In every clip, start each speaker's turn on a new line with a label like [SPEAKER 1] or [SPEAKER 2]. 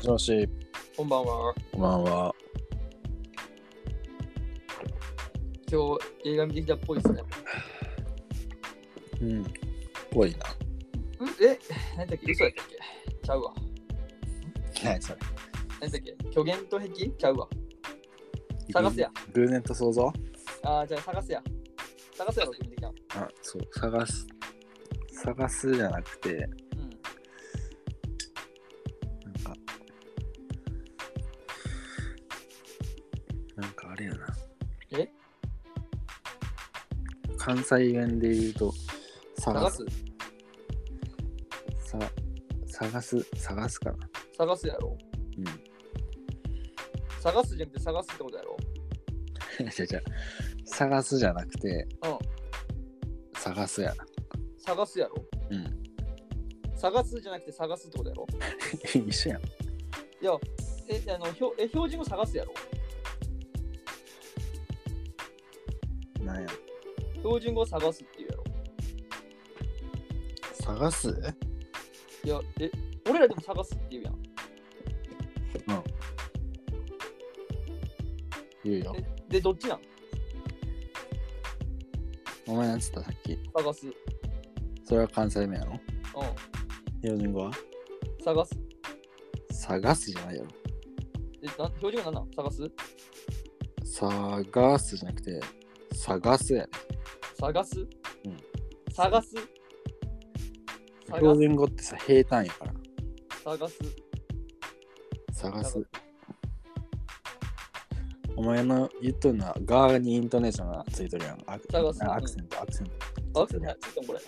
[SPEAKER 1] しもし、
[SPEAKER 2] こんばんは。
[SPEAKER 1] こんばんは。
[SPEAKER 2] 今日映画見てきたっぽいですね。
[SPEAKER 1] うん。ぽいな。
[SPEAKER 2] うんえ、何だっけ嘘やったっけちゃうわ。
[SPEAKER 1] 何それ。
[SPEAKER 2] 何だっけ虚言と癖ちゃうわ。探せや。
[SPEAKER 1] 偶然と想像
[SPEAKER 2] ああ、じゃあ探せや。探せやろ、見てきた。
[SPEAKER 1] あ、そう、探す。探すじゃなくて、
[SPEAKER 2] うん。
[SPEAKER 1] なんか、なんかあれやな。
[SPEAKER 2] え
[SPEAKER 1] 関西弁で言うと、探
[SPEAKER 2] 探
[SPEAKER 1] す
[SPEAKER 2] す。
[SPEAKER 1] さ探す、探すかな。
[SPEAKER 2] 探すやろ。
[SPEAKER 1] うん。
[SPEAKER 2] 探すじゃなくて探すってことやろ。
[SPEAKER 1] じゃじゃ探すじゃなくて、
[SPEAKER 2] うん
[SPEAKER 1] 探すやな。
[SPEAKER 2] 探すやろ。
[SPEAKER 1] うん。
[SPEAKER 2] 探すじゃなくて探すってことやろ。
[SPEAKER 1] 一緒やん。
[SPEAKER 2] いや、え、あの、ひょえ標準語探すやろ。
[SPEAKER 1] なんや
[SPEAKER 2] 標準語探すって言うやろ。
[SPEAKER 1] 探す
[SPEAKER 2] いや、え、俺らでも探すって言うやん。
[SPEAKER 1] 言うよ。
[SPEAKER 2] えで、どっちなん
[SPEAKER 1] お前なんつったさっき。
[SPEAKER 2] 探す。うん。
[SPEAKER 1] それは関西弁やろ標準語は
[SPEAKER 2] 探す。
[SPEAKER 1] 探すじゃないよ。
[SPEAKER 2] え、な標準語なんなん探す
[SPEAKER 1] 探すじゃなくて、探すやで。
[SPEAKER 2] 探す、
[SPEAKER 1] うん
[SPEAKER 2] 探す
[SPEAKER 1] 標
[SPEAKER 2] 探す
[SPEAKER 1] 準語ってさ、平坦やから。
[SPEAKER 2] 探す
[SPEAKER 1] 探す
[SPEAKER 2] 探。
[SPEAKER 1] お前の言っとるのは、ガーにイントネーションがついとるやん。アク
[SPEAKER 2] 探す
[SPEAKER 1] アクセント、アクセント。
[SPEAKER 2] あついたんこれ、う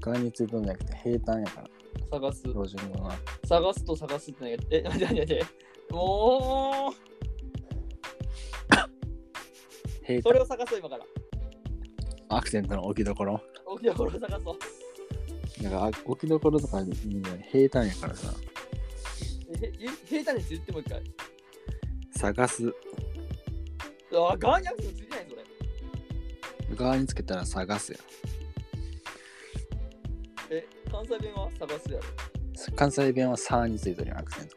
[SPEAKER 1] ガーについとるんじゃなくて、平坦やから。
[SPEAKER 2] ん、探す
[SPEAKER 1] 標準語は。
[SPEAKER 2] 探すと探すってなんかえ待って待って待っても
[SPEAKER 1] 平
[SPEAKER 2] うそれを
[SPEAKER 1] 坦。
[SPEAKER 2] 探そう今から
[SPEAKER 1] アクセントの置きどころ。
[SPEAKER 2] 大きなこれを探そう
[SPEAKER 1] だから、あ置きどころとかいいんじゃない平坦やからさ。
[SPEAKER 2] えへ平坦に言ってもう一回
[SPEAKER 1] 探す。
[SPEAKER 2] あガーニャクスついてないそれ
[SPEAKER 1] 側につけたら探すや
[SPEAKER 2] え関西弁は探すやろ
[SPEAKER 1] ん。関西弁はさーについてるやん、アクセント。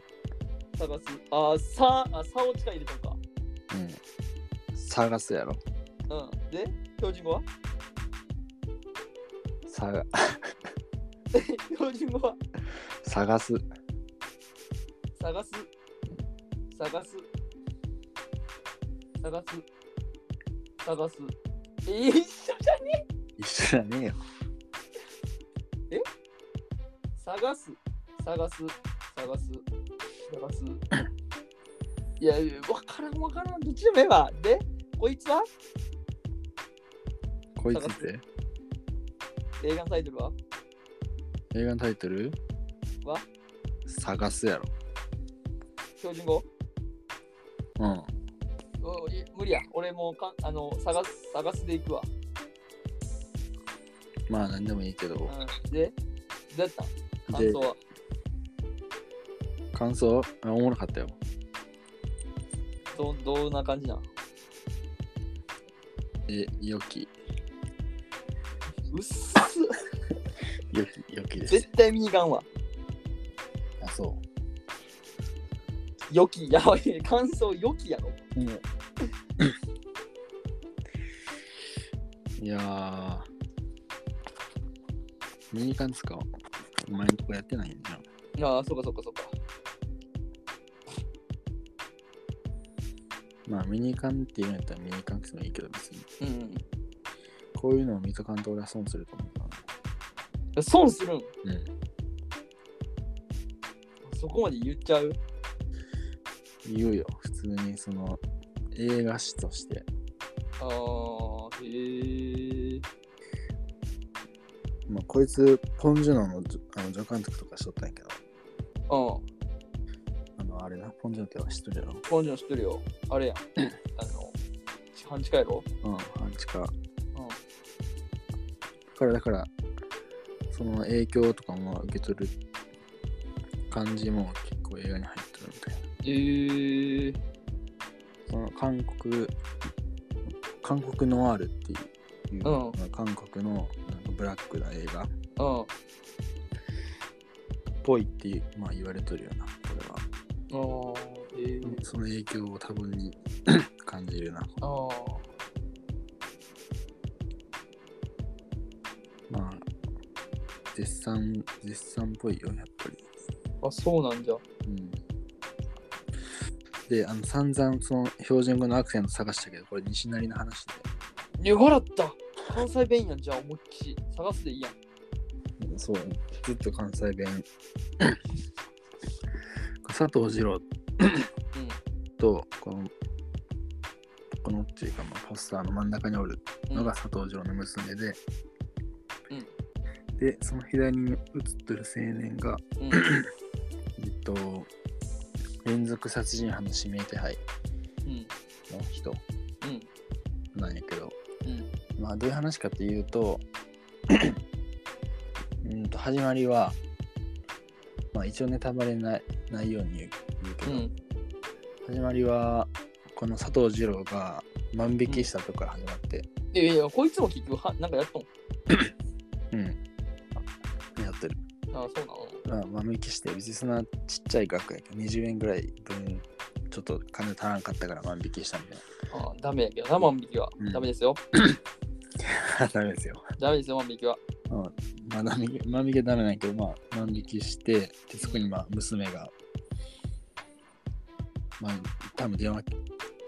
[SPEAKER 2] 探すあさあさを近い入れとんか
[SPEAKER 1] うん。探すやろ。
[SPEAKER 2] うんで標準語は
[SPEAKER 1] さ
[SPEAKER 2] 標準語は
[SPEAKER 1] 探す。
[SPEAKER 2] 探す探す探す探すえ一緒じゃん
[SPEAKER 1] 一緒じゃねえよ。
[SPEAKER 2] 探す探す探す探すいやいやわからんわからんどっちでもええわでこいつは
[SPEAKER 1] こいつって
[SPEAKER 2] 映画のタイトルは
[SPEAKER 1] 映画のタイトル
[SPEAKER 2] わ
[SPEAKER 1] 探すやろ。
[SPEAKER 2] 標準語
[SPEAKER 1] うん。
[SPEAKER 2] おい無理や俺もうかんあの探す探すでいくわ、
[SPEAKER 1] まあ、なんでもいいけど。
[SPEAKER 2] うん、でどうやった感
[SPEAKER 1] で
[SPEAKER 2] 想、は
[SPEAKER 1] 感想あおもろかったよ。
[SPEAKER 2] どどんな感じなん
[SPEAKER 1] え、良き。
[SPEAKER 2] うっす
[SPEAKER 1] 良き、良きです
[SPEAKER 2] 絶。対見に行かんわ
[SPEAKER 1] あ、そ
[SPEAKER 2] 良きやばい感想良きやろ
[SPEAKER 1] う。うん。いやー。ミニカンですかお前のとこやってないんじゃん。
[SPEAKER 2] ああ、そうかそうかそうか。
[SPEAKER 1] まあミニカンって言うんやったらミニカンクスもいいけど別に
[SPEAKER 2] うん。
[SPEAKER 1] こういうのを見とかんと俺は損すると思うか
[SPEAKER 2] 損するん
[SPEAKER 1] らね
[SPEAKER 2] そこまで言っちゃう
[SPEAKER 1] うん言うよ普通にその映画史として
[SPEAKER 2] ああ、へえ。
[SPEAKER 1] まあこいつポン・ジュノのじあの助監督とかしとったんやけど
[SPEAKER 2] うん。
[SPEAKER 1] あのあれなポン・ジュノって知っとるやろ
[SPEAKER 2] ポンジョン知ってるよ。あ れやん。あの、半近いろ
[SPEAKER 1] うん半地下だ
[SPEAKER 2] うん。
[SPEAKER 1] からだからその影響とかも受け取る感じも結構映画に入ってるみたいな
[SPEAKER 2] ええ。
[SPEAKER 1] その韓国韓国ノワールっていう、
[SPEAKER 2] うん
[SPEAKER 1] 韓国のなんかブラックな映画
[SPEAKER 2] うん。
[SPEAKER 1] ぽいっていう、まあ、言われとるよな、これは。
[SPEAKER 2] ああ、ええ
[SPEAKER 1] その影響を多分に 感じるな。
[SPEAKER 2] あ
[SPEAKER 1] まあ、絶賛、絶賛っぽいよ、やっぱり。
[SPEAKER 2] あ、あ、そうなんじゃ。
[SPEAKER 1] うん。で、あの、散々その標準語のアクセント探したけど、これ西成の話で。
[SPEAKER 2] ねほらった関西弁やんじゃあ思いっきり探すでいいやん。
[SPEAKER 1] そう、ずっと関西弁。佐藤二郎と、この、このっていうか、まあ、ポスターの真ん中におる
[SPEAKER 2] うん。
[SPEAKER 1] のが佐藤二郎の娘で、
[SPEAKER 2] う
[SPEAKER 1] で、その左に写ってる青年が、
[SPEAKER 2] うん、
[SPEAKER 1] えっと、連続殺人犯の指名手配
[SPEAKER 2] うん、
[SPEAKER 1] の人
[SPEAKER 2] うん、
[SPEAKER 1] なんやけど、
[SPEAKER 2] うん、
[SPEAKER 1] まあ、どういう話かっていう と、うんと始まりは、まあ、一応ネタバレないないように言う言うけ
[SPEAKER 2] う
[SPEAKER 1] ど、
[SPEAKER 2] ん、
[SPEAKER 1] 始まりは、この佐藤二郎が万引きしたとこから始まって、
[SPEAKER 2] いやいや、こいつも結局は、なんかやっとん。
[SPEAKER 1] うん。やってる。
[SPEAKER 2] ああ、そうなの。
[SPEAKER 1] まあ、万引きして、別にそんなちっちゃい額やけど、20円ぐらい分、ちょっと金足らんかったから万引きしたみたい
[SPEAKER 2] ああ、ダメやけどな、万引きは
[SPEAKER 1] うん。
[SPEAKER 2] ダメですよ。
[SPEAKER 1] な。 ダメですよ。
[SPEAKER 2] ダメですよ、万引きは。
[SPEAKER 1] まあ、万引き、万引きはダメなんやけど、まあ、万引きして、で、そこに、まあ、娘が、まあ、多分電話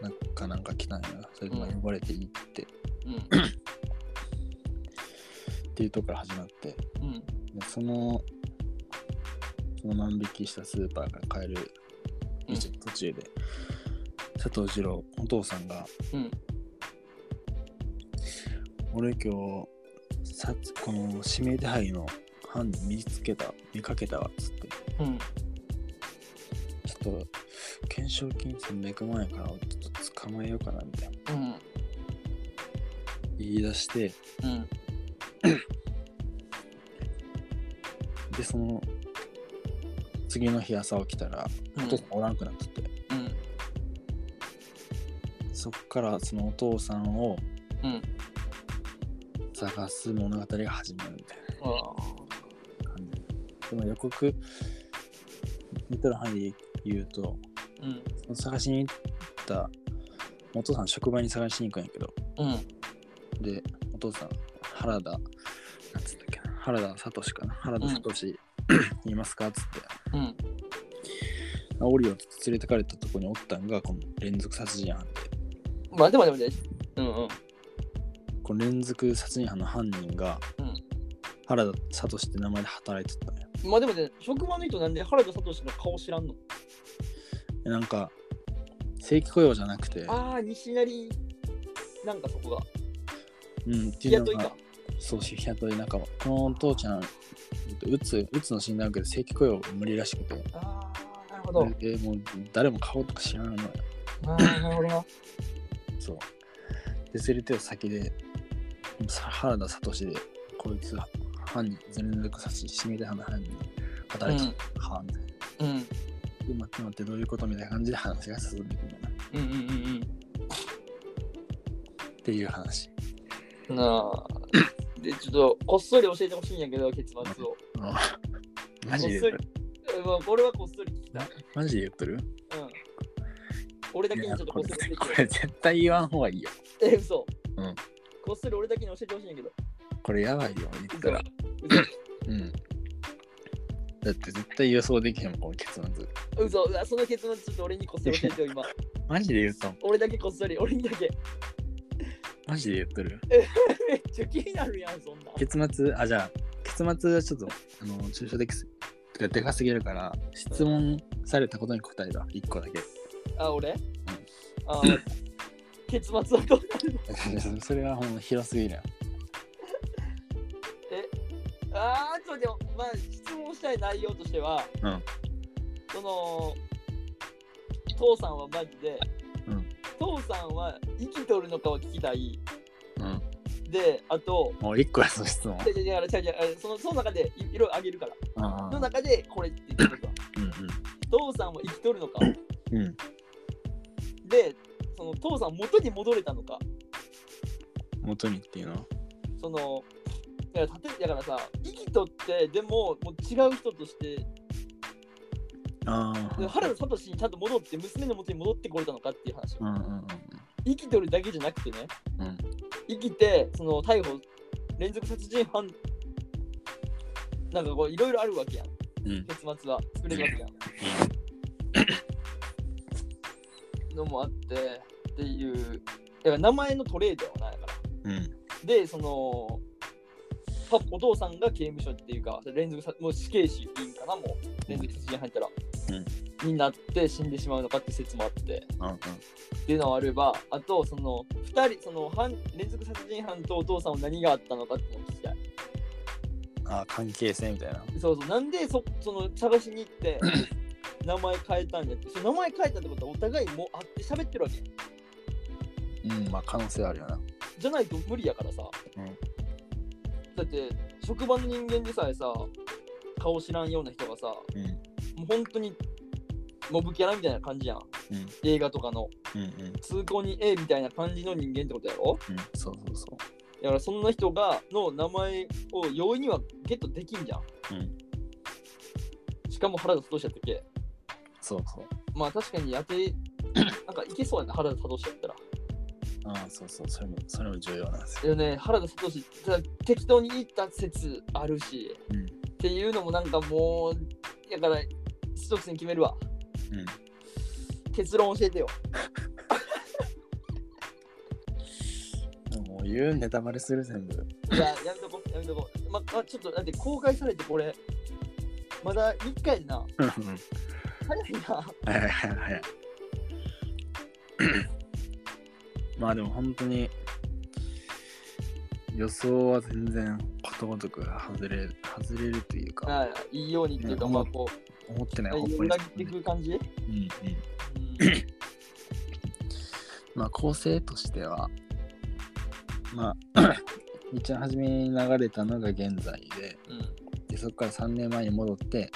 [SPEAKER 1] なんかなんか来たんやな。それで、まあ、
[SPEAKER 2] うん
[SPEAKER 1] 呼ばれていいって、
[SPEAKER 2] うん、
[SPEAKER 1] っていうとこから始まって、
[SPEAKER 2] うん、
[SPEAKER 1] でその、その万引きしたスーパーから買える
[SPEAKER 2] うん
[SPEAKER 1] 道の途中で、佐藤二郎、お父さんが、
[SPEAKER 2] うん、
[SPEAKER 1] 俺今日、さこの指名手配の犯人見つけた、見かけたわ、つって。
[SPEAKER 2] うん、
[SPEAKER 1] ちょっと、懸賞金300万円から、ちょっと捕まえようかな、みたいな。
[SPEAKER 2] うん、
[SPEAKER 1] 言い出して、
[SPEAKER 2] うん、
[SPEAKER 1] で、その、次の日朝起きたら、
[SPEAKER 2] う
[SPEAKER 1] お
[SPEAKER 2] ん
[SPEAKER 1] 父さんおらんくなってて、
[SPEAKER 2] うん、
[SPEAKER 1] そっからそのお父さんを
[SPEAKER 2] うん
[SPEAKER 1] 探す物語が始まるみたい
[SPEAKER 2] あ
[SPEAKER 1] な感じ、でも予告見てる範囲で言うと
[SPEAKER 2] あ、うん、
[SPEAKER 1] その探しに行ったお父さん職場に探しに行くんやけど
[SPEAKER 2] うん、
[SPEAKER 1] でお父さん原田なんつったっけな原田聡かな原田聡、いますかっつって
[SPEAKER 2] うん、
[SPEAKER 1] あオリオン連れてかれたとこにおったんがこの連続殺人犯で
[SPEAKER 2] 待て待て待て。うんうん。
[SPEAKER 1] この連続殺人犯の犯人が、
[SPEAKER 2] うん
[SPEAKER 1] 原田聡って名前で働いてたね
[SPEAKER 2] まあでもね、職場の人なんで原田聡の顔知らんの。
[SPEAKER 1] でなんか正規雇用じゃなくて、
[SPEAKER 2] ああ、西成、なんかそこが。
[SPEAKER 1] うん、って
[SPEAKER 2] 日
[SPEAKER 1] いう
[SPEAKER 2] 雇
[SPEAKER 1] の
[SPEAKER 2] いか
[SPEAKER 1] が。そう日雇いなんかこのお父ちゃんうつうつの診断を受けて正規雇用無理らしくて
[SPEAKER 2] ああ、なるほど。
[SPEAKER 1] でもう誰も顔とか知らないのよ
[SPEAKER 2] ああ、なるほどな。
[SPEAKER 1] そうで連れてを先でさ原田聡でこいつは犯人全力殺人指名手配の犯人働いてた、はあみたいな
[SPEAKER 2] うん。
[SPEAKER 1] で待って待ってどういうことみたいな感じで話が進んでいくんだな
[SPEAKER 2] うんうんうん
[SPEAKER 1] っていう話。
[SPEAKER 2] うん。なあ。で、ちょっと、こっそり教えてほしいんやけど、結末を。
[SPEAKER 1] マジで言っとる
[SPEAKER 2] うんまあ俺はこっそり聞きたい。
[SPEAKER 1] マジで言っとる
[SPEAKER 2] うん。俺だけ
[SPEAKER 1] い
[SPEAKER 2] にちょ
[SPEAKER 1] や
[SPEAKER 2] っと
[SPEAKER 1] こ
[SPEAKER 2] こっ
[SPEAKER 1] れ
[SPEAKER 2] そり
[SPEAKER 1] こ
[SPEAKER 2] 教え
[SPEAKER 1] れ
[SPEAKER 2] て
[SPEAKER 1] 絶対言わん方がいいよ。
[SPEAKER 2] え、嘘。
[SPEAKER 1] うん。
[SPEAKER 2] こっそり俺だけに教えてほしいんやけど。
[SPEAKER 1] これやばいよ、言った
[SPEAKER 2] 嘘
[SPEAKER 1] ら。。うん。だって絶対予想できへんもん、この結末。
[SPEAKER 2] 嘘。うわその結末ちょっと俺にこっそり教えて よ、今。
[SPEAKER 1] マジで言ったもん。
[SPEAKER 2] 俺だけこっそり、俺にだけ。
[SPEAKER 1] マジで言っとる。
[SPEAKER 2] めっちゃ気になるやん、そんな。
[SPEAKER 1] 結末、あ、じゃあ、結末はちょっと、あの、抽象的す、てかでかすぎるから、質問されたことに答えた、1個だけ。
[SPEAKER 2] あ、俺、あー結末はどうなるの
[SPEAKER 1] それはほんま広すぎるやん。
[SPEAKER 2] ああ、ちょっとでも、まあ、質問したい内容としては、
[SPEAKER 1] うん
[SPEAKER 2] その、父さんはマジで、
[SPEAKER 1] うん
[SPEAKER 2] 父さんは生きとるのかを聞きたい。
[SPEAKER 1] うん。
[SPEAKER 2] で、あと、
[SPEAKER 1] もう1個や、その質問。
[SPEAKER 2] 違う違う違う違う違うそのその中でいいろいろあげるから、
[SPEAKER 1] あ
[SPEAKER 2] の中でこれって言ってるか。
[SPEAKER 1] うん
[SPEAKER 2] 父さんは生きとるの か、
[SPEAKER 1] うん。うん。
[SPEAKER 2] で、その父さん元に戻れたのか、
[SPEAKER 1] 元にっていうのは。
[SPEAKER 2] そのだから例えだからさ生きとってでももう違う人として
[SPEAKER 1] あ
[SPEAKER 2] で
[SPEAKER 1] あ。
[SPEAKER 2] 原田聡にちゃんと戻って、娘の元に戻ってこれたのかっていう話。
[SPEAKER 1] うんうんうん
[SPEAKER 2] 生きてるだけじゃなくてね、
[SPEAKER 1] うん
[SPEAKER 2] 生きて、その逮捕、連続殺人犯、なんかこう、いろいろあるわけやん。
[SPEAKER 1] うん。
[SPEAKER 2] 結末は作れるわけやん。のもあって、っていう、だから名前のトレードはないから。
[SPEAKER 1] うん。
[SPEAKER 2] で、その、パお父さんが刑務所っていうか、連続さもう死刑囚いいんかな、もう、連続殺人入ったら、になって死んでしまうのかって説もあって、
[SPEAKER 1] うんうん。
[SPEAKER 2] っていうのはあれば、あと、その、二人、その、犯連続殺人犯とお父さんは何があったのかっていうのを聞きたい。
[SPEAKER 1] ああ、関係性みたいな。
[SPEAKER 2] そうそう、なんでそ、その、探しに行 って、名前変えたんやって、その名前変えたってことは、お互いもう会って喋ってるわけ。
[SPEAKER 1] うん、まあ可能性はあるよな。
[SPEAKER 2] じゃないと無理やからさ、
[SPEAKER 1] うん
[SPEAKER 2] だって職場の人間でさえさ顔知らんような人がさも
[SPEAKER 1] うん。
[SPEAKER 2] う本当にモブキャラみたいな感じやん
[SPEAKER 1] うん。
[SPEAKER 2] 映画とかの
[SPEAKER 1] うんうん。
[SPEAKER 2] 通行人 A みたいな感じの人間ってことやろ
[SPEAKER 1] うん。そうそうそ
[SPEAKER 2] だからそんな人がの名前を容易にはゲットできんじゃん、しかも原田聡やったっけ
[SPEAKER 1] う。そうそう。
[SPEAKER 2] まあ確かに当て なんかいけそうやな原田聡やったら
[SPEAKER 1] ああ、そうそう。それも、それも重要なんですよ。
[SPEAKER 2] でね原田聡ただ適当に言った説あるし
[SPEAKER 1] うん。
[SPEAKER 2] っていうのもなんかもうやから一つに決めるわ
[SPEAKER 1] うん。結
[SPEAKER 2] 結論教えてよ
[SPEAKER 1] もう言うネタバレする全部。
[SPEAKER 2] いややめとこやめとこままちょっとだって公開されてこれまだ3回な
[SPEAKER 1] うん。
[SPEAKER 2] 早いな
[SPEAKER 1] はいはいはいはい。まあでも本当に予想は全然ことごとく外れ外れるというか、
[SPEAKER 2] はいいいようにっていうか
[SPEAKER 1] うん
[SPEAKER 2] まあこ
[SPEAKER 1] 思ってな
[SPEAKER 2] う
[SPEAKER 1] い方向に
[SPEAKER 2] 裏切ってくる感じ
[SPEAKER 1] うんうん、まあ構成としてはまあ 一番初めに流れたのが現在で
[SPEAKER 2] うん、うん、
[SPEAKER 1] でそこから3年前に戻って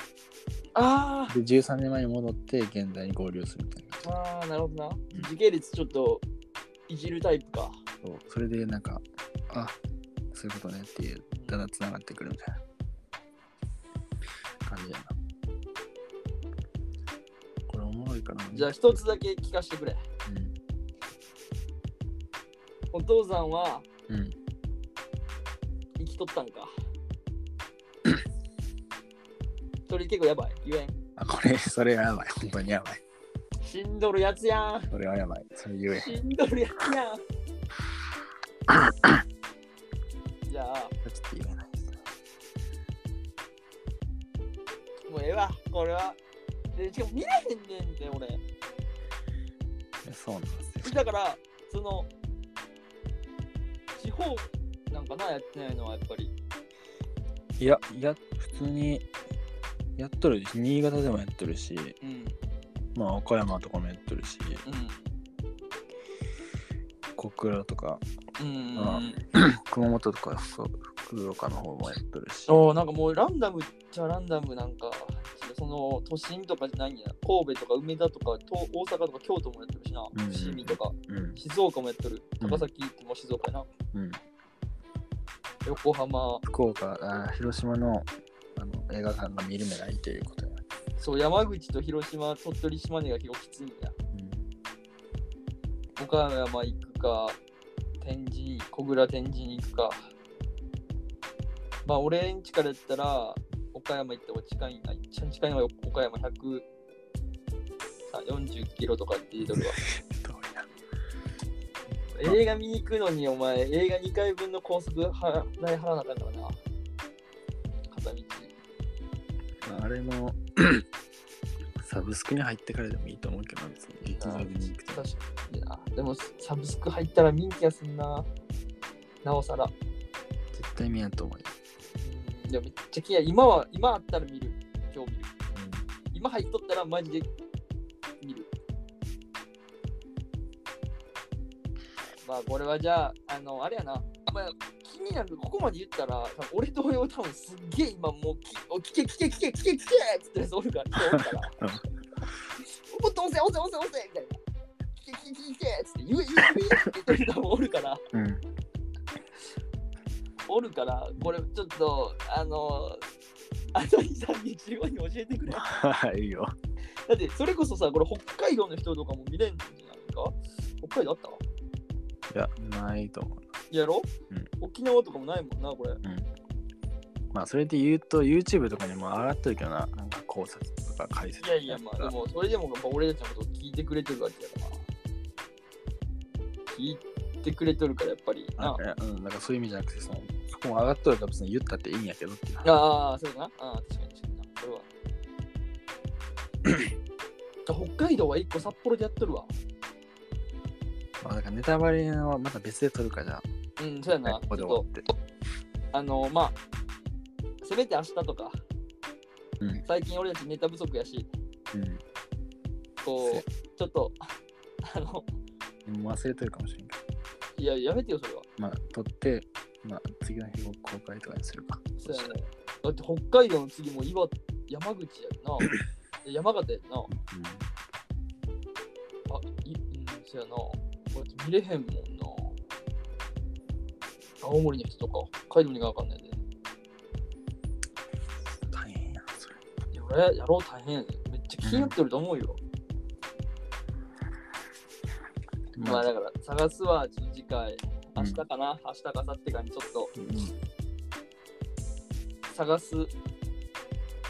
[SPEAKER 2] あー
[SPEAKER 1] で13年前に戻って現在に合流するみたいな
[SPEAKER 2] あーなるほどな時系列ちょっといじるタイプか
[SPEAKER 1] そうそれでなんかあそういうことねっていうただ繋がってくるみたいな感じやなこれおもろいかな
[SPEAKER 2] じゃあ一つだけ聞かせてくれお父さんは
[SPEAKER 1] うん、うん、
[SPEAKER 2] 生きとったん かそれ結構やばい言えん
[SPEAKER 1] あこれそれはやばい本当にやばい
[SPEAKER 2] 死んどるやつやん
[SPEAKER 1] それはやばいそれ言え
[SPEAKER 2] 死んどるやつ やんじゃあ
[SPEAKER 1] ちょっと言えないですね
[SPEAKER 2] もうええわこれはでしかも見れへんねんって俺
[SPEAKER 1] そうなんですよ
[SPEAKER 2] だからその地方なんかなやってないのはやっぱり
[SPEAKER 1] いやいや普通にやっとるし新潟でもやっとるし
[SPEAKER 2] うんうん
[SPEAKER 1] まあ岡山とかもやっとるし小倉とか
[SPEAKER 2] うん
[SPEAKER 1] あ熊本とかそう福岡の方もやっとるし
[SPEAKER 2] おなんかもうランダムじゃランダムなんかその都心とかじゃないんや神戸とか梅田とか東大阪とか京都もやってるしな
[SPEAKER 1] うんうん
[SPEAKER 2] 伏見とか
[SPEAKER 1] うん
[SPEAKER 2] 静岡もやってる
[SPEAKER 1] うん
[SPEAKER 2] 高崎ってもう静岡やな
[SPEAKER 1] うん
[SPEAKER 2] 横浜
[SPEAKER 1] 福岡あ広島のあの映画館が見る目ないということや、
[SPEAKER 2] そう山口と広島鳥取島根が結構きついんや岡山行くか天神小倉天神行くかまあ俺んちからやったら岡山行った方が近いな一番近いのは岡山100さ40キロとかって言うとるわ
[SPEAKER 1] 遠いな
[SPEAKER 2] 映画見に行くのにお前映画2回分の高速は代払わなあかんからな片道
[SPEAKER 1] まああれも サブスクに入ってからでもいいと思うけどな別に劇場で見に行く
[SPEAKER 2] 確か
[SPEAKER 1] と
[SPEAKER 2] になでもサブスク入ったら人気やすんななおさら
[SPEAKER 1] 絶対見やんと思うよ、
[SPEAKER 2] うんいやめっちゃ気合い今は今あったら見る今日見る今入っとったらマジで見るまあこれはじゃああのあれやな、まあ、気になるここまで言ったら多分俺同様多分すっげえ今もうきお聞け聞け聞け聞け聞けっつってるやつおるから人おるから
[SPEAKER 1] うん
[SPEAKER 2] おっと押せ押せ押せ押せみたいな聞け聞け聞けっつって言う言う言うって言ってる人もおるから
[SPEAKER 1] うん、
[SPEAKER 2] おるからこれちょっとあのあと23日後に教えてくれ
[SPEAKER 1] はいいよ
[SPEAKER 2] だってそれこそさ、これ北海道の人とかも見れんじゃないか北海道あった
[SPEAKER 1] いや、ないと思う。
[SPEAKER 2] やろ、
[SPEAKER 1] うん
[SPEAKER 2] 沖縄とかもないもんな、これ。
[SPEAKER 1] まあ、それで言うと、YouTube とかにも上がってるけどな、なんか考察とか解説
[SPEAKER 2] いやいや、まあで
[SPEAKER 1] あ、
[SPEAKER 2] もそれでもやっぱ俺たちのこと聞いてくれてるわけやから。聞いてくれとるからやっぱり
[SPEAKER 1] な。
[SPEAKER 2] なん
[SPEAKER 1] か、うん、なんかそういう意味じゃなくて、その、そこも上がっとるから別に言ったっていいんやけどっていう。
[SPEAKER 2] ああ、そうだな。ああ、確かに確かにな。これ は。あ北海道は一個札幌でやっとるわ。
[SPEAKER 1] まあ、だからネタバレはまた別で撮るかじゃあ、
[SPEAKER 2] うん、そうやな。
[SPEAKER 1] こ
[SPEAKER 2] ち
[SPEAKER 1] こで終
[SPEAKER 2] ょ
[SPEAKER 1] わ
[SPEAKER 2] っ
[SPEAKER 1] って。
[SPEAKER 2] と、あの、まあ、せめて明日とか、
[SPEAKER 1] うん
[SPEAKER 2] 最近俺たちネタ不足やし、
[SPEAKER 1] うん。
[SPEAKER 2] こう、ちょっと、 あの、
[SPEAKER 1] でも忘れてるかもしれんけど。
[SPEAKER 2] いや、やめてよ、それは。
[SPEAKER 1] まあ、撮って、まあ、次の日公開とかにするか。
[SPEAKER 2] そうやね。だって北海道の次も岩、山口やんな。いや山形やんな。
[SPEAKER 1] うん。
[SPEAKER 2] あ、い、うん、そやな。これ見れへんもんな。青森の人とか、北海道にがわかんないで。
[SPEAKER 1] 大変や、それ。
[SPEAKER 2] いや、俺やろう大変やで。めっちゃ気になってると思うよ。まあだから、探すは、ちょっと次回、明日かな、明日か明後日かにちょっと
[SPEAKER 1] うん
[SPEAKER 2] 探す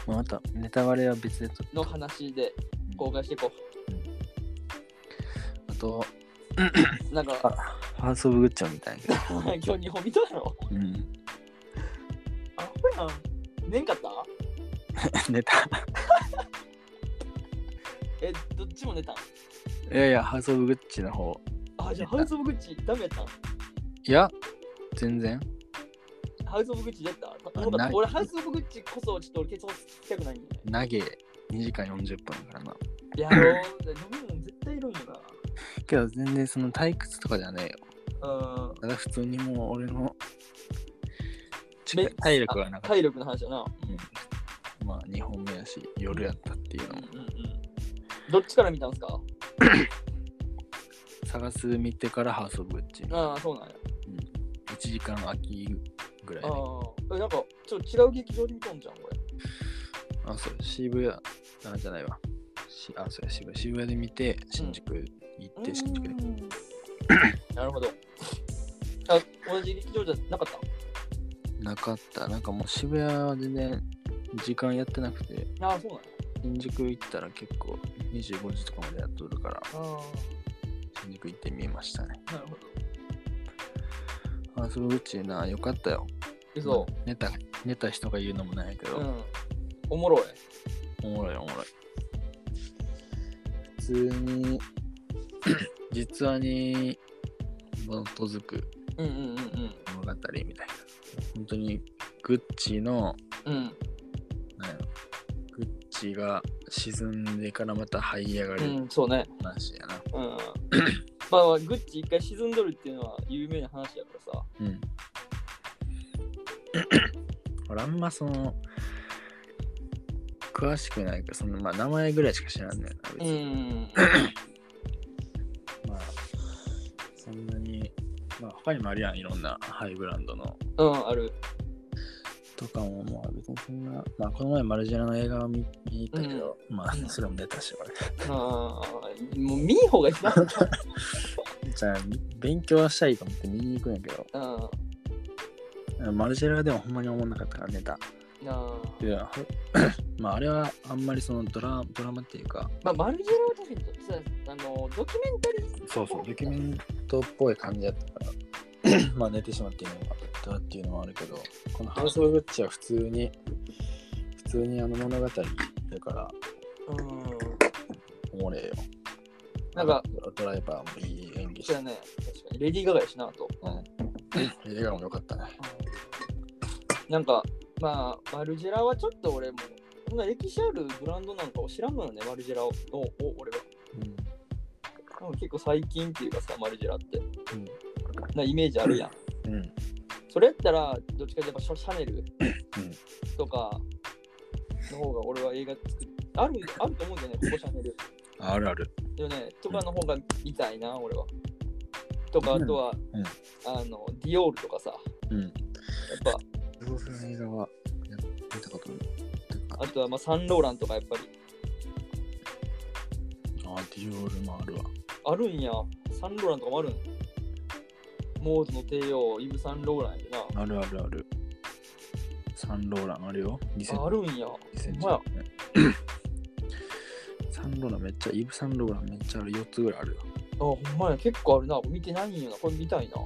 [SPEAKER 1] まあ、また、ネタバレは別で撮
[SPEAKER 2] の話で公開していこ
[SPEAKER 1] あと、
[SPEAKER 2] う。なん
[SPEAKER 1] あ
[SPEAKER 2] か、
[SPEAKER 1] ファーストオブグッチョンみたいな。
[SPEAKER 2] 今日2本見たやろ。
[SPEAKER 1] うん。
[SPEAKER 2] あほやん。ねんかった
[SPEAKER 1] ネタ。
[SPEAKER 2] え、どっちも寝たん
[SPEAKER 1] いやいや、ハウス・オブ・グッチの方。
[SPEAKER 2] あ、じゃあ
[SPEAKER 1] 寝た
[SPEAKER 2] ハウス・オブ・グッチダメやったん
[SPEAKER 1] いや、全然。
[SPEAKER 2] ハウス・オブ・グッチ出たなんか
[SPEAKER 1] ない
[SPEAKER 2] 俺、ハウス・オブ・グッチこそちょっと俺結論つきたくないんよね。
[SPEAKER 1] 投げ2時間40分だからな。
[SPEAKER 2] やろう。飲み物絶対いるんよ
[SPEAKER 1] けど全然その退屈とかじゃねえよ。
[SPEAKER 2] な。うん。
[SPEAKER 1] ただ普通にもう俺の
[SPEAKER 2] め
[SPEAKER 1] 体力がなかっ
[SPEAKER 2] 体力の話やな。
[SPEAKER 1] た。うんまあ2本目やし、夜やったっていう
[SPEAKER 2] うん
[SPEAKER 1] の
[SPEAKER 2] うん
[SPEAKER 1] も。
[SPEAKER 2] うん。どっちから見たんすか
[SPEAKER 1] 探す見てからハウス・オブ・グッチ。
[SPEAKER 2] ああ、そうなんや。
[SPEAKER 1] 1時間空きぐらい
[SPEAKER 2] あ
[SPEAKER 1] で。
[SPEAKER 2] あ。えなんか、ちょっと違う劇場で見たんじゃん、これ。
[SPEAKER 1] あ、そう、渋谷、あ、じゃないわ。しあ、そうや、渋谷。渋谷で見て、新宿行って、新宿で。
[SPEAKER 2] なるほど。あ同じ劇場じゃなかっ
[SPEAKER 1] なかった。なんかもう渋谷は全然時間やってなくて、
[SPEAKER 2] たああ、そうなんや。
[SPEAKER 1] 新宿行ったら結構25時とかまでやっとるから、
[SPEAKER 2] あ
[SPEAKER 1] 新宿行って見えましたね。
[SPEAKER 2] あ、なるほど。
[SPEAKER 1] あ、そう、うちな、よかったよ。
[SPEAKER 2] 嘘。
[SPEAKER 1] 寝た、寝た人が言うのもないけど、
[SPEAKER 2] うん。おもろい。
[SPEAKER 1] おもろいおもろい。普通に、 実話に基づく
[SPEAKER 2] うんうんうんうん。
[SPEAKER 1] 物語みたいな。本当に、グッチの、
[SPEAKER 2] うん。
[SPEAKER 1] なんやろグッチが沈んでからまた這い上がる
[SPEAKER 2] うん、そうね。
[SPEAKER 1] 話やな。
[SPEAKER 2] うん。 まあまあ、グッチ一回沈んどるっていうのは有名な話やからさ。
[SPEAKER 1] うん。俺あんまその、詳しくないから、その、まあ名前ぐらいしか知らんねんな、別
[SPEAKER 2] う
[SPEAKER 1] に。
[SPEAKER 2] ん。
[SPEAKER 1] まあ、そんなに、まあ他にもあるやん、いろんなハイブランドの。
[SPEAKER 2] うん、ある。
[SPEAKER 1] とかも、まあ別にそんな、まあこの前マルジェラの映画を見見に行ったけど、まあそれも出たし、俺。
[SPEAKER 2] うん。もう見ん方がいい な。
[SPEAKER 1] じゃあ、み勉強したいと思って見に行くんやけど、
[SPEAKER 2] うん。
[SPEAKER 1] マルジェラでもほんまに思んなかったからネタ。
[SPEAKER 2] なあ
[SPEAKER 1] いや、ほまああれはあん まりそのドラドラマっていうか、
[SPEAKER 2] まあ、マルジェラは確かにさあのドキュメンタリー
[SPEAKER 1] そう
[SPEAKER 2] そう
[SPEAKER 1] ドキュメントっぽい感じやったから、 まあ寝てしまっているのがあったっていうのもあるけど、このハウス・オブ・グッチは普通に、普通にあの物語だから、
[SPEAKER 2] うん
[SPEAKER 1] おもれえよ。
[SPEAKER 2] なんか、
[SPEAKER 1] ドライバーもいい演技し
[SPEAKER 2] そう
[SPEAKER 1] て
[SPEAKER 2] や、ね確かにレディー・ガガやしなあと
[SPEAKER 1] 映画も良かったね。
[SPEAKER 2] なんかまあマルジェラはちょっと俺もそんな歴史あるブランドなんかを知らんのよねマルジェラををを俺はでも結構最近っていうかさマルジェラってなイメージあるやん
[SPEAKER 1] うん。うん。
[SPEAKER 2] それやったらどっちかというとやっぱシャシャネル
[SPEAKER 1] うん
[SPEAKER 2] とかの方が俺は映画作っあるあると思うんだよねここシャネル
[SPEAKER 1] あるある。
[SPEAKER 2] でもねとかの方が見たいな俺はとかあとは、
[SPEAKER 1] うん
[SPEAKER 2] あのディオールとかさや
[SPEAKER 1] うん。
[SPEAKER 2] っぱ
[SPEAKER 1] 上手な映画は、や見たことない。
[SPEAKER 2] あとはまあサンローランとかやっぱり
[SPEAKER 1] あディオールもあるわ。
[SPEAKER 2] あるんや。サンローランとかもあるん。モードの帝王、イブ・サンローランやな。
[SPEAKER 1] あるあるある。サンローランあるよ。
[SPEAKER 2] ああ
[SPEAKER 1] 2000
[SPEAKER 2] るんや。
[SPEAKER 1] 2000
[SPEAKER 2] ほんまや
[SPEAKER 1] 年。 サンローランめっちゃ、イブ・サンローランめっちゃある。4つぐらいあるよ。
[SPEAKER 2] あ、ほんまや。結構あるな。これ見てないんよな。これ見たいな。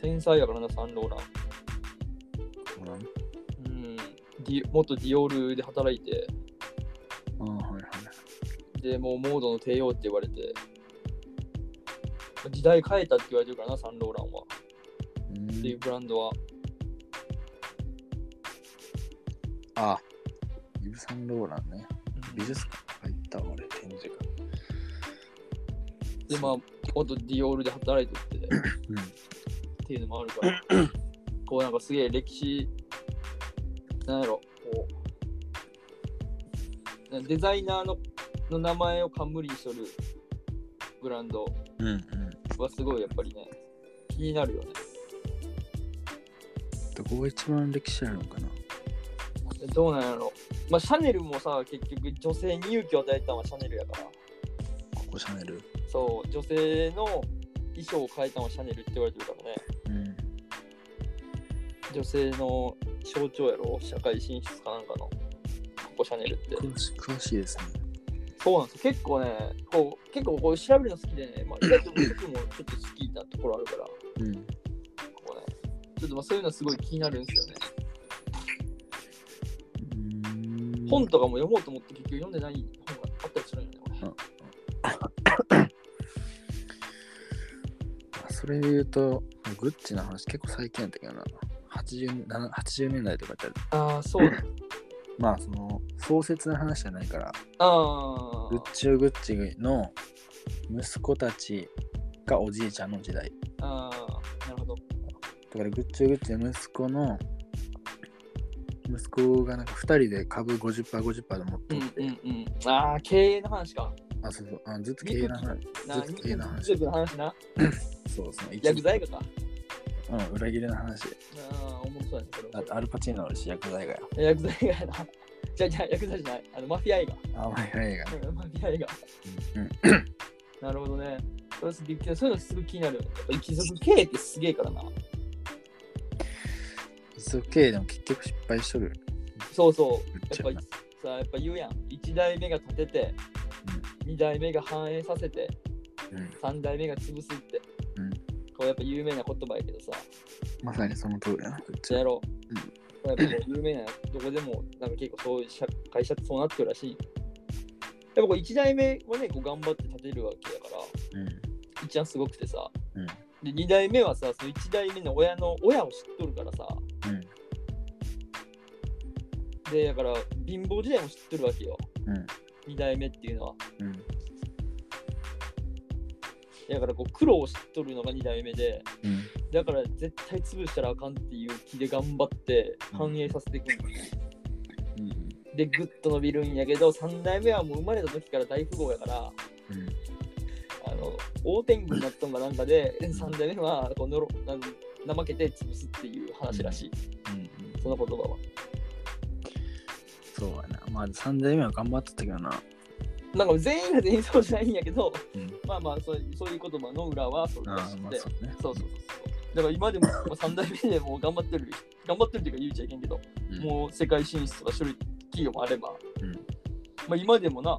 [SPEAKER 2] 天才やからな、サンローラン。うん。ディ元ディオールで働いて、
[SPEAKER 1] ああ、はいはい。
[SPEAKER 2] でもうモードの帝王って言われて、時代変えたって言われてるからな、サンローランは。
[SPEAKER 1] うん
[SPEAKER 2] っていうブランドは。
[SPEAKER 1] ああ、イブ・サンローランね。
[SPEAKER 2] うん
[SPEAKER 1] 美術館入ったわ、俺、展示館。
[SPEAKER 2] で、まあ、元ディオールで働いてて。
[SPEAKER 1] うん。
[SPEAKER 2] っていうのもあるから、こうなんかすげえ歴史、なんやろ、こう、なデザイナーのの名前を冠にしとるブランド
[SPEAKER 1] うんうん。
[SPEAKER 2] はすごいやっぱりね、気になるよね。
[SPEAKER 1] どこが一番歴史あるのかな
[SPEAKER 2] でどうなんやろ。まあ、シャネルもさ、結局女性に勇気を与えたのはシャネルやから、
[SPEAKER 1] ここシャネル。
[SPEAKER 2] そう、女性の衣装を変えたのはシャネルって言われてるからね、
[SPEAKER 1] うん。
[SPEAKER 2] 女性の象徴やろ、社会進出かなんかの、ここシャネルって。
[SPEAKER 1] 詳し詳しいですね。
[SPEAKER 2] そうなんですよ結構ね、こう結構こう調べるの好きでね、まあ、意外と僕もちょっと好きなところあるから、
[SPEAKER 1] うん。
[SPEAKER 2] こうね、ちょっとまあそういうのすごい気になるんですよね。本とかも読もうと思って結局読んでない本があったりするんよね、俺
[SPEAKER 1] あそれで言うと、グッチの話結構最近やったけどな。80, な80年代とかって
[SPEAKER 2] ああ、そうだ。
[SPEAKER 1] まあその創設の話じゃないから
[SPEAKER 2] あ
[SPEAKER 1] グッチオグッチの息子たちがおじいちゃんの時代
[SPEAKER 2] あ、ああ、なるほど。
[SPEAKER 1] だからグッチオグッチの息子の息子がなんか2人で株 50%50% で持っ
[SPEAKER 2] う
[SPEAKER 1] と
[SPEAKER 2] ん
[SPEAKER 1] って、
[SPEAKER 2] うんうん。ああ、経営の話か。
[SPEAKER 1] あそうそうあずっと経営の話ず
[SPEAKER 2] な
[SPEAKER 1] っと経営の話
[SPEAKER 2] 肉の話な。
[SPEAKER 1] そうそう
[SPEAKER 2] 薬剤がか。
[SPEAKER 1] うん裏切りの話
[SPEAKER 2] ああ、面白いね、そ
[SPEAKER 1] だ
[SPEAKER 2] れ
[SPEAKER 1] って。アルパチーノあるし薬剤がよ
[SPEAKER 2] 薬剤がやな。じゃあじゃあ薬剤じゃない。あのマフィア映画。
[SPEAKER 1] あまり映 画
[SPEAKER 2] うんマフィア映画。
[SPEAKER 1] うん
[SPEAKER 2] なるほどね。そうですびっくりそういうのすぐ気になるよね。やっぱ一族経営ってすげえからな。
[SPEAKER 1] 一族経営でも結局失敗しとる
[SPEAKER 2] そうそ
[SPEAKER 1] めっちゃ
[SPEAKER 2] う。やっぱさ、やっぱ言うやん。1代目が立てて、2代目が反映させて、
[SPEAKER 1] うん
[SPEAKER 2] 3代目が潰すって。
[SPEAKER 1] うん
[SPEAKER 2] こうやっぱ有名な言葉やけどさ、
[SPEAKER 1] まさにその通りやなグッチ
[SPEAKER 2] そうやろ
[SPEAKER 1] うん
[SPEAKER 2] これやっぱこう有名な、どこでも、なんか結構そういう社会社ってそうなってるらしい。やっぱこう1代目はね、こう頑張って立てるわけやから、
[SPEAKER 1] うん
[SPEAKER 2] 一番すごくてさ、
[SPEAKER 1] うん
[SPEAKER 2] で2代目はさ、その1代目の親の親を知っとるからさ、
[SPEAKER 1] うん
[SPEAKER 2] で、だから、貧乏時代も知ってるわけよ。
[SPEAKER 1] うん
[SPEAKER 2] 二代目っていうのは。
[SPEAKER 1] うん
[SPEAKER 2] だから、こう、苦労を知っとるのが二代目で、
[SPEAKER 1] うん
[SPEAKER 2] だから、絶対潰したらあかんっていう気で頑張って、
[SPEAKER 1] うん
[SPEAKER 2] 反映させていくんだよ
[SPEAKER 1] うん
[SPEAKER 2] で、ぐっと伸びるんやけど、三代目はもう生まれた時から大富豪やから、
[SPEAKER 1] うん
[SPEAKER 2] あの、大天狗になったんかなんかで、三代目は、こうのろ、なん怠けて潰すっていう話らしい。
[SPEAKER 1] うん
[SPEAKER 2] その言葉は。
[SPEAKER 1] そうやな。まあ3代目は頑張ってたけどな。
[SPEAKER 2] なんか全員が全員そうじゃないんやけど、
[SPEAKER 1] うん
[SPEAKER 2] まあまあそう、そういう言葉の裏はそれ
[SPEAKER 1] あ
[SPEAKER 2] らし
[SPEAKER 1] あ、
[SPEAKER 2] く
[SPEAKER 1] まあ
[SPEAKER 2] て。
[SPEAKER 1] そうね。
[SPEAKER 2] そうそうそうそう。だから今でも3代目でもう頑張ってる、頑張ってるっていうか言うちゃいけんけど、
[SPEAKER 1] うん
[SPEAKER 2] もう世界進出とか種類企業もあれば、
[SPEAKER 1] うん
[SPEAKER 2] まあ、今でもな、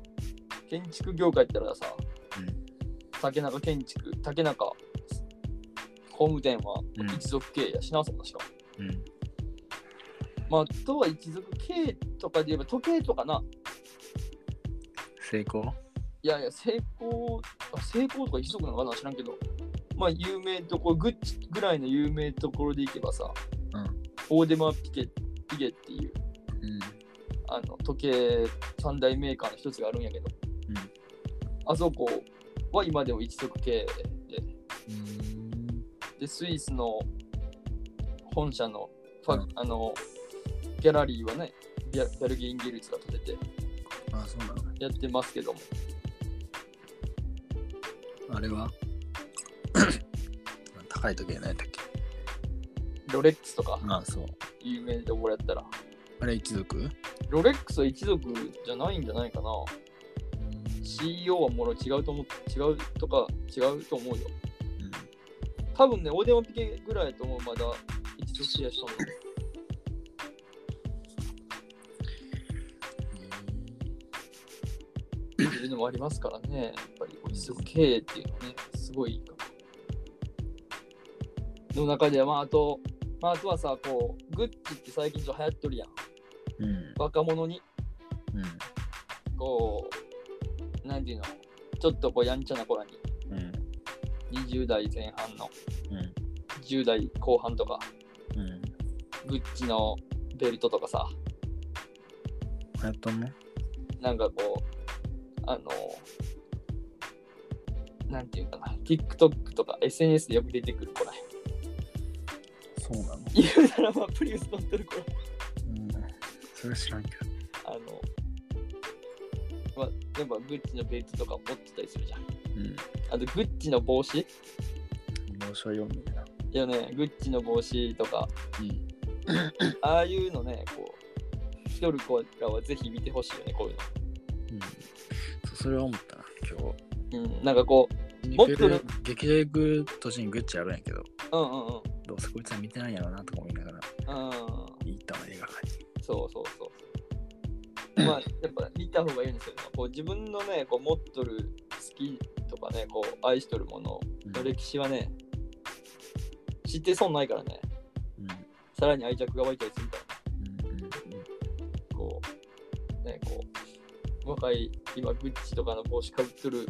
[SPEAKER 2] 建築業界って言ったらさ、
[SPEAKER 1] うん
[SPEAKER 2] 竹中建築、竹中工務店は
[SPEAKER 1] うん
[SPEAKER 2] 一族経営やしな、そんなしか。
[SPEAKER 1] うん。
[SPEAKER 2] まあ、あとは一族経営とかで言えば時計とかな、
[SPEAKER 1] 成功
[SPEAKER 2] いやいや、成功、あ成功とか一族なのかな知らんけど、まあ、有名ところ、グッチぐらいの有名ところでいけばさ、
[SPEAKER 1] うん
[SPEAKER 2] オーデマ・ピケピゲっていう
[SPEAKER 1] うん。
[SPEAKER 2] あの時計三大メーカーの一つがあるんやけど、
[SPEAKER 1] うん
[SPEAKER 2] あそこは今でも一族経営で、で、スイスの本社のファ、
[SPEAKER 1] うん
[SPEAKER 2] あのギャラリーはね、ビャベルギー・インギルツが建てて
[SPEAKER 1] ああ、そうなの。
[SPEAKER 2] やってますけども、
[SPEAKER 1] あれ は高い時計ないだっけ
[SPEAKER 2] ロレックスとか
[SPEAKER 1] ああ、そう。
[SPEAKER 2] 有名でころやったら、
[SPEAKER 1] あれ一族
[SPEAKER 2] ロレックスは一族じゃないんじゃないかな。 CEO はもろ違うと思う、違うとか、違うと思うよ。多分ね、オーデンオピケぐらいやと思う、まだ一度シェアしたの。っていうのもありますからね、やっぱりオフィス経営っていうのはね、すごいいいかも。の中で、まあ、あと、まあ、あとはさ、こう、グッチって最近ちょっと流行っとるやん。
[SPEAKER 1] うん。
[SPEAKER 2] 若者に、
[SPEAKER 1] うん。
[SPEAKER 2] こう、なんていうの、ちょっとこう、やんちゃな子らに、
[SPEAKER 1] うん。うん。
[SPEAKER 2] 20代前半の、
[SPEAKER 1] うん。
[SPEAKER 2] 10代後半とか、
[SPEAKER 1] うん。
[SPEAKER 2] グッチのベルトとかさ、
[SPEAKER 1] やったの
[SPEAKER 2] なんかこう、あの、なんていうかな、TikTok とか SNS でよく出てくる子ら
[SPEAKER 1] そうなの。
[SPEAKER 2] 言うならばプリウス乗ってる頃
[SPEAKER 1] うん。それは知らんけど。
[SPEAKER 2] あのまあやっぱグッチのベルトとか持ってたりするじゃん
[SPEAKER 1] うん。
[SPEAKER 2] あとグッチの帽子い
[SPEAKER 1] 帽子は読んでな。
[SPEAKER 2] やねグッチの帽子とか
[SPEAKER 1] うん。
[SPEAKER 2] ああいうのねこう一人子らはぜひ見てほしいよねこう
[SPEAKER 1] うん。そうそれは思ったな、今
[SPEAKER 2] いうのうんなんかこ
[SPEAKER 1] 日。
[SPEAKER 2] 持っとる
[SPEAKER 1] 劇場行く途中にグッチあるんやけど、
[SPEAKER 2] ううんうんうん
[SPEAKER 1] どうせこいつは見てないんやろうなとか思いながら、
[SPEAKER 2] うん
[SPEAKER 1] 行ったの映画館に。
[SPEAKER 2] そうそうそうまあやっぱ見た方がいいんですよねこう自分のねこう持っとる好きとかねこう愛しとるものの歴史はね知って損ないからね
[SPEAKER 1] うん。
[SPEAKER 2] さらに愛着が湧いたりするから
[SPEAKER 1] うん。うん。
[SPEAKER 2] こう、ね、こう、若い、今、グッチとかの帽子かぶっとる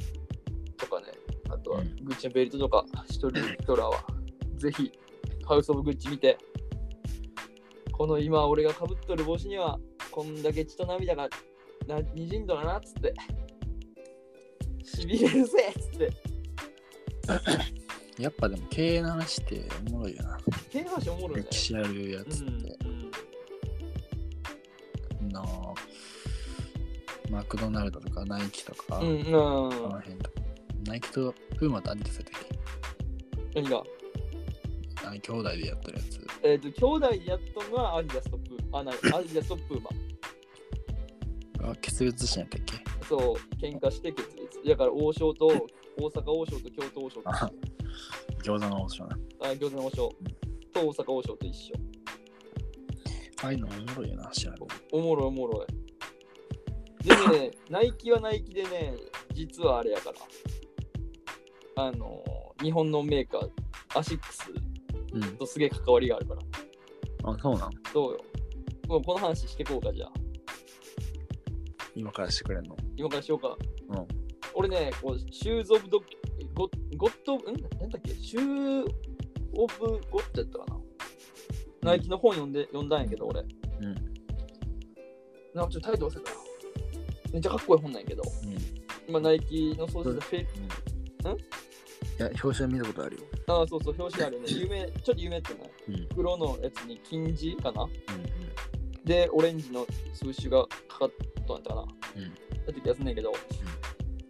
[SPEAKER 2] とかね、あとは、
[SPEAKER 1] うん
[SPEAKER 2] グッチのベルトとか、しとる人らは、ぜひ、ハウス・オブ・グッチ見て、この今、俺がかぶっとる帽子には、こんだけ血と涙がなにじんどらなっつって、しびれるぜっつって、
[SPEAKER 1] やっぱでも経営の話っておもろいよな。
[SPEAKER 2] 手の話おもろいね
[SPEAKER 1] 歴。史あるやつっ
[SPEAKER 2] う
[SPEAKER 1] て。
[SPEAKER 2] ん、うん、
[SPEAKER 1] なあマクドナルドとかナイキとか、
[SPEAKER 2] うん、うん
[SPEAKER 1] あの辺とかナイキとプーマとアディダスだったっ
[SPEAKER 2] 何が
[SPEAKER 1] けあの兄弟でやってるやつ
[SPEAKER 2] えっ、と、兄弟でやっとんのはアディダストップー、あ、ない、アディダストップーマ。
[SPEAKER 1] あ決裂しなきゃいけ
[SPEAKER 2] そう、喧嘩して決裂。だから王将と大阪王将と京都王将と
[SPEAKER 1] あ餃子の王将な
[SPEAKER 2] あ餃子の王将と大阪王将と一緒。
[SPEAKER 1] ああいうのおもろいよな調べる
[SPEAKER 2] おもろいおもろい。で ね、ナイキはナイキでね、実はあれやから、あの、日本のメーカー、アシックス
[SPEAKER 1] うん
[SPEAKER 2] とすげえ関わりがあるから。
[SPEAKER 1] あそうなん
[SPEAKER 2] そうよ。もうこの話してこうか、じゃあ。
[SPEAKER 1] 今からしてくれんの
[SPEAKER 2] 今からしようか。
[SPEAKER 1] うん
[SPEAKER 2] 俺ね、こう、シューズ・オブ・ド・ゴゴッド・んなんだっけシュー・オブ・ゴッドやったかな、ナイキの本読んで読んだんやけど、俺。
[SPEAKER 1] ん
[SPEAKER 2] なんかちょっとタイトル忘れたな。めっちゃかっこいい本なんやけど、
[SPEAKER 1] うん
[SPEAKER 2] 今、ナイキの創設
[SPEAKER 1] うん
[SPEAKER 2] 者、フェ
[SPEAKER 1] いや表紙は見たことあるよ
[SPEAKER 2] ああ、そうそう、表紙あるね。有名、ちょっと有名やってない、
[SPEAKER 1] うん
[SPEAKER 2] 黒のやつに金地かな
[SPEAKER 1] う
[SPEAKER 2] で、オレンジの数種がかかっとんやったかな。
[SPEAKER 1] うん
[SPEAKER 2] やった気がすんねんけど、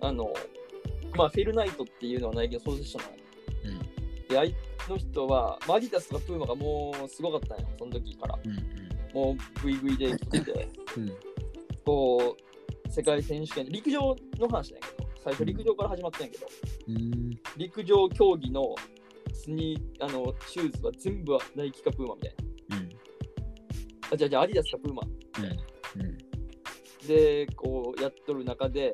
[SPEAKER 2] あの、まあ、フィルナイトっていうのはナイキの創設者なの。
[SPEAKER 1] んうん
[SPEAKER 2] で、あいの人は、マディダスとかプーマがもうすごかったんよ、その時から。
[SPEAKER 1] うん
[SPEAKER 2] もうグイグイで来てて、
[SPEAKER 1] うん
[SPEAKER 2] こう、世界選手権、陸上の話なんやけど、最初陸上から始まったんやけど、
[SPEAKER 1] うん
[SPEAKER 2] 陸上競技のスニー、あの、シューズは全部はナイキかプーマみたいな。
[SPEAKER 1] うん
[SPEAKER 2] あ、じゃあ、じゃあアディダスかプーマ。
[SPEAKER 1] うん
[SPEAKER 2] で、こう、やっとる中で、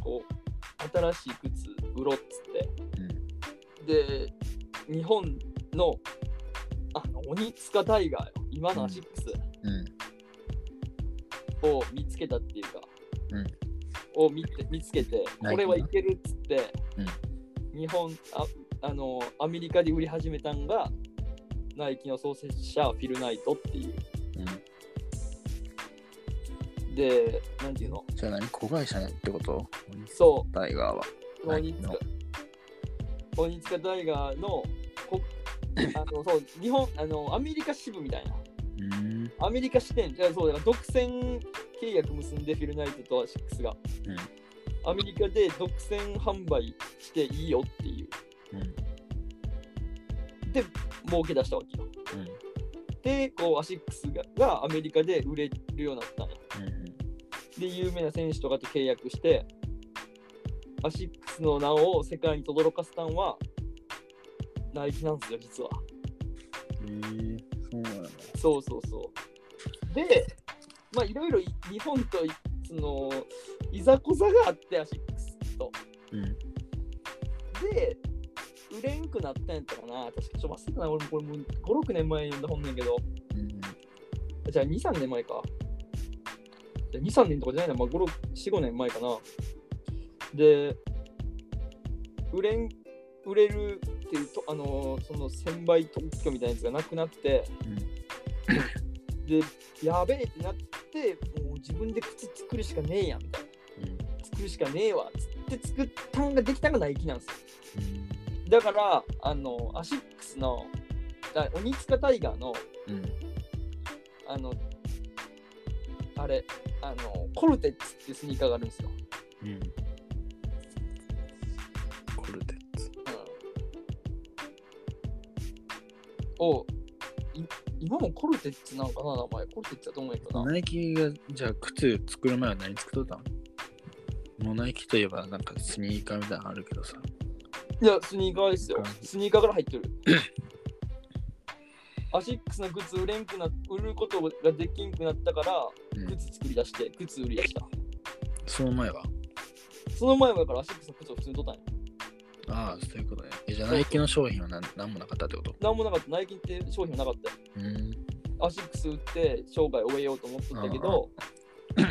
[SPEAKER 2] こう、新しい靴売ろうっつって、
[SPEAKER 1] うん
[SPEAKER 2] で日本のあの鬼塚タイガーよ今のアシックス
[SPEAKER 1] うん
[SPEAKER 2] を見つけたっていうか、
[SPEAKER 1] うん
[SPEAKER 2] を見て見つけて
[SPEAKER 1] ナイキな
[SPEAKER 2] これはいけるっつって、日本ああのアメリカで売り始めたんがナイキの創設者フィルナイトっていう
[SPEAKER 1] うん
[SPEAKER 2] でなんていうの
[SPEAKER 1] じゃあ何子会社ねってこと
[SPEAKER 2] そ
[SPEAKER 1] タイガーは
[SPEAKER 2] う
[SPEAKER 1] ナイ
[SPEAKER 2] 鬼塚鬼
[SPEAKER 1] キの
[SPEAKER 2] 塚タイガーのこ あのそう日本あのアメリカ支部みたいな
[SPEAKER 1] うん
[SPEAKER 2] アメリカ支店、いやそうだから独占契約結んで、フィルナイトとアシックスが、
[SPEAKER 1] うん
[SPEAKER 2] アメリカで独占販売していいよっていう。
[SPEAKER 1] うん
[SPEAKER 2] で、儲け出したわけよ。
[SPEAKER 1] うん
[SPEAKER 2] で、こう、アシックスががアメリカで売れるようになったのよ。
[SPEAKER 1] うん
[SPEAKER 2] で、有名な選手とかと契約して、アシックスの名を世界に轟かせたんは、ナイキなんですよ、実は。
[SPEAKER 1] えー、そうなんだ。
[SPEAKER 2] そうそうそう。で、まあいろいろ日本といそのいざこざがあって、アシックスと。
[SPEAKER 1] うん。
[SPEAKER 2] で、売れんくなったんやったかな。確かちょっと忘れたな、俺もこれもう5、6年前に読んだ本なんやけど。
[SPEAKER 1] うん
[SPEAKER 2] じゃあ2、3年前か。じゃあ2、3年とかじゃないな、まあ、5、6 4、5年前かな。で、売れん、売れるっていうと、あのーその1000倍特許みたいなやつがなくなって、
[SPEAKER 1] うん
[SPEAKER 2] で、やべえってなって、もう自分で靴作るしかねえやんみたいな。
[SPEAKER 1] うん
[SPEAKER 2] 作るしかねえわっつって作ったんができたんがナイキなんですよ。だから、あの、アシックスの、あ鬼塚タイガーの、
[SPEAKER 1] うん。
[SPEAKER 2] あの、あれ、あの、コルテッツっていうスニーカーがあるんですよ。
[SPEAKER 1] うん。コルテッツ。
[SPEAKER 2] うん、をい今もコルテッツなんかな、名前。コルテッツだと思うんやけどな。
[SPEAKER 1] ナイキが、じゃあ靴作る前は何作っとったんもうナイキといえばなんかスニーカーみたいなのあるけどさ。
[SPEAKER 2] いや、スニーカーですよ
[SPEAKER 1] うん。
[SPEAKER 2] スニーカーから入ってる。 アシックスの靴売れんくな、売ることができんくなったから、
[SPEAKER 1] うん。
[SPEAKER 2] 靴作り出して、靴売り出した。
[SPEAKER 1] その前は
[SPEAKER 2] その前もだからアシックスの靴を普通に取ったんや。
[SPEAKER 1] ああ、そういうことね。えじゃあナイキの商品は何何もなかったってこと
[SPEAKER 2] なんもなかった、ナイキって商品もなかったよ
[SPEAKER 1] うん。
[SPEAKER 2] アシックス打って生涯終えようと思ってたけど、
[SPEAKER 1] うん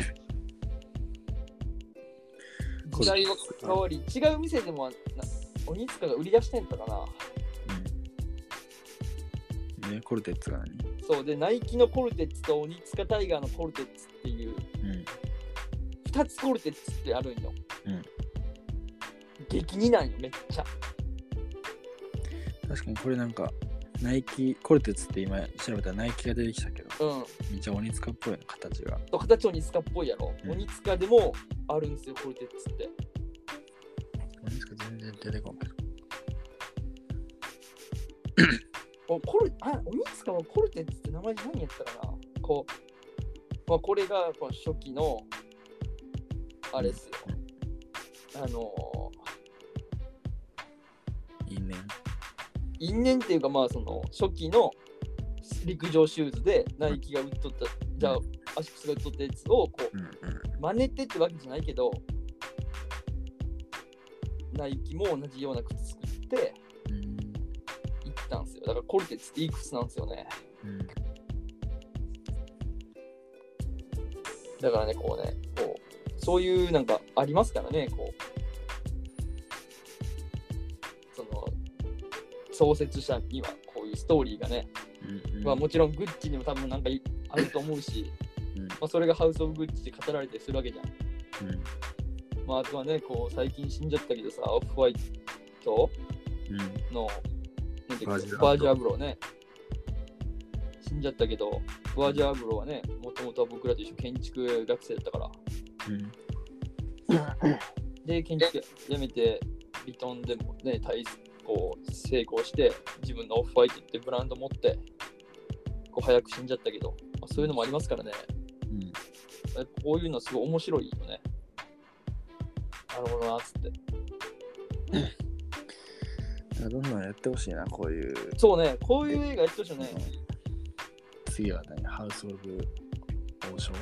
[SPEAKER 2] 時代は変わり、違う店でもな鬼塚が売り出してんだかな。
[SPEAKER 1] うん。ね、コルテッツが何
[SPEAKER 2] そうで、ナイキのコルテッツと鬼塚タイガーのコルテッツっていう、
[SPEAKER 1] うん。
[SPEAKER 2] 2つコルテッツってあるんよ。
[SPEAKER 1] うん
[SPEAKER 2] 激似なんよ、めっちゃ。
[SPEAKER 1] 確かにこれなんか、ナイキ、コルテッツって今調べたらナイキが出てきたけど、
[SPEAKER 2] うん。
[SPEAKER 1] めっちゃ鬼塚っぽいな形が。
[SPEAKER 2] と形鬼塚っぽいやろ。
[SPEAKER 1] うん
[SPEAKER 2] 鬼塚でもあるんですよ、コルテッツって。
[SPEAKER 1] 鬼塚全然出てこんけど。
[SPEAKER 2] おコルあ鬼塚はコルテッツって名前何やったかなこう、まあ、これがこう初期のあれっすよあの
[SPEAKER 1] いいね。
[SPEAKER 2] 因縁っていうかまあその初期の陸上シューズでナイキが売っとったじゃあアシックスが売っとったやつをこ
[SPEAKER 1] うんうん。
[SPEAKER 2] う真似てってわけじゃないけどナイキも同じような靴作って
[SPEAKER 1] うん
[SPEAKER 2] いったんですよだからコルテッツっていい靴なんですよね
[SPEAKER 1] うん
[SPEAKER 2] だからね、こうね、こう、そういうなんかありますからね、こう、その、創設者にはこういうストーリーがね、
[SPEAKER 1] うんうん
[SPEAKER 2] まあもちろんグッチにも多分なんかいあると思うし、
[SPEAKER 1] うん
[SPEAKER 2] まあそれがハウス・オブ・グッチで語られてするわけじゃん。
[SPEAKER 1] うん
[SPEAKER 2] まああとはね、こう、最近死んじゃったけどさ、オフ・ホワイト
[SPEAKER 1] うん
[SPEAKER 2] の、なんていうか
[SPEAKER 1] バージル
[SPEAKER 2] バージャーブローね、死んじゃったけど、バージャーブローはね、もともとは僕らと一緒建築学生だったから、
[SPEAKER 1] うん
[SPEAKER 2] で、建築やめて、ビトンでもね、大こう成功して、自分のオフホワイトってブランド持って、こう早く死んじゃったけど、まあ、そういうのもありますからね、
[SPEAKER 1] うん
[SPEAKER 2] やっぱこういうのすごい面白いよね。なるほどな、つって。
[SPEAKER 1] あどんどんやってほしいな、こういう。
[SPEAKER 2] そうね、こういう映画やってほしいよね。
[SPEAKER 1] 次は何ハウス・オブ・王将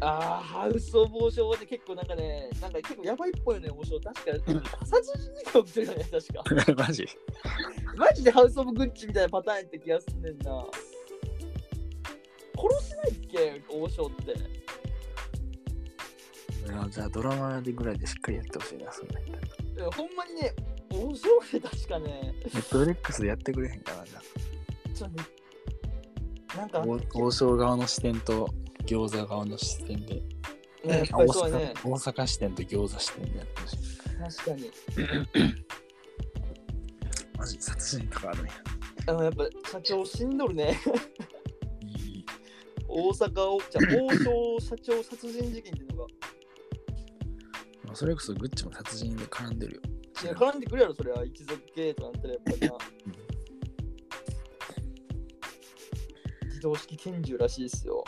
[SPEAKER 2] ああ、ハウス・オブ・王将で結構なんかね、なんか結構やばいっぽいよね、王将。確か、殺人事件起きてるよね、確か。
[SPEAKER 1] マジ
[SPEAKER 2] マジでハウス・オブ・グッチみたいなパターンやった気がすんねんな。殺しないっけ王将って。
[SPEAKER 1] あじゃあドラマでぐらいでしっかりやってほしいな、そんなんやったら
[SPEAKER 2] うんほんまにね、面白いね、確かね。
[SPEAKER 1] ネットフリックスでやってくれへんかな、じゃ
[SPEAKER 2] ちょっとねなん
[SPEAKER 1] あ
[SPEAKER 2] かあったっけ、
[SPEAKER 1] 王将側の視点と餃子側の視点で。
[SPEAKER 2] ね、やっぱ
[SPEAKER 1] 大
[SPEAKER 2] りそうだね
[SPEAKER 1] 阪、大阪支店と餃子支店でやってほしい。
[SPEAKER 2] 確かに。
[SPEAKER 1] マジ殺人とかあるね。
[SPEAKER 2] あのやっぱ社長死んどるね。
[SPEAKER 1] いい
[SPEAKER 2] 大阪を、じゃあ王将社長殺人事件っていうのが、
[SPEAKER 1] まあ、それこそグッチも殺人で絡んでるよ。
[SPEAKER 2] いや絡んでくるやろ、それは一族系とかなったらやっぱりな。自動式拳銃らしいですよ。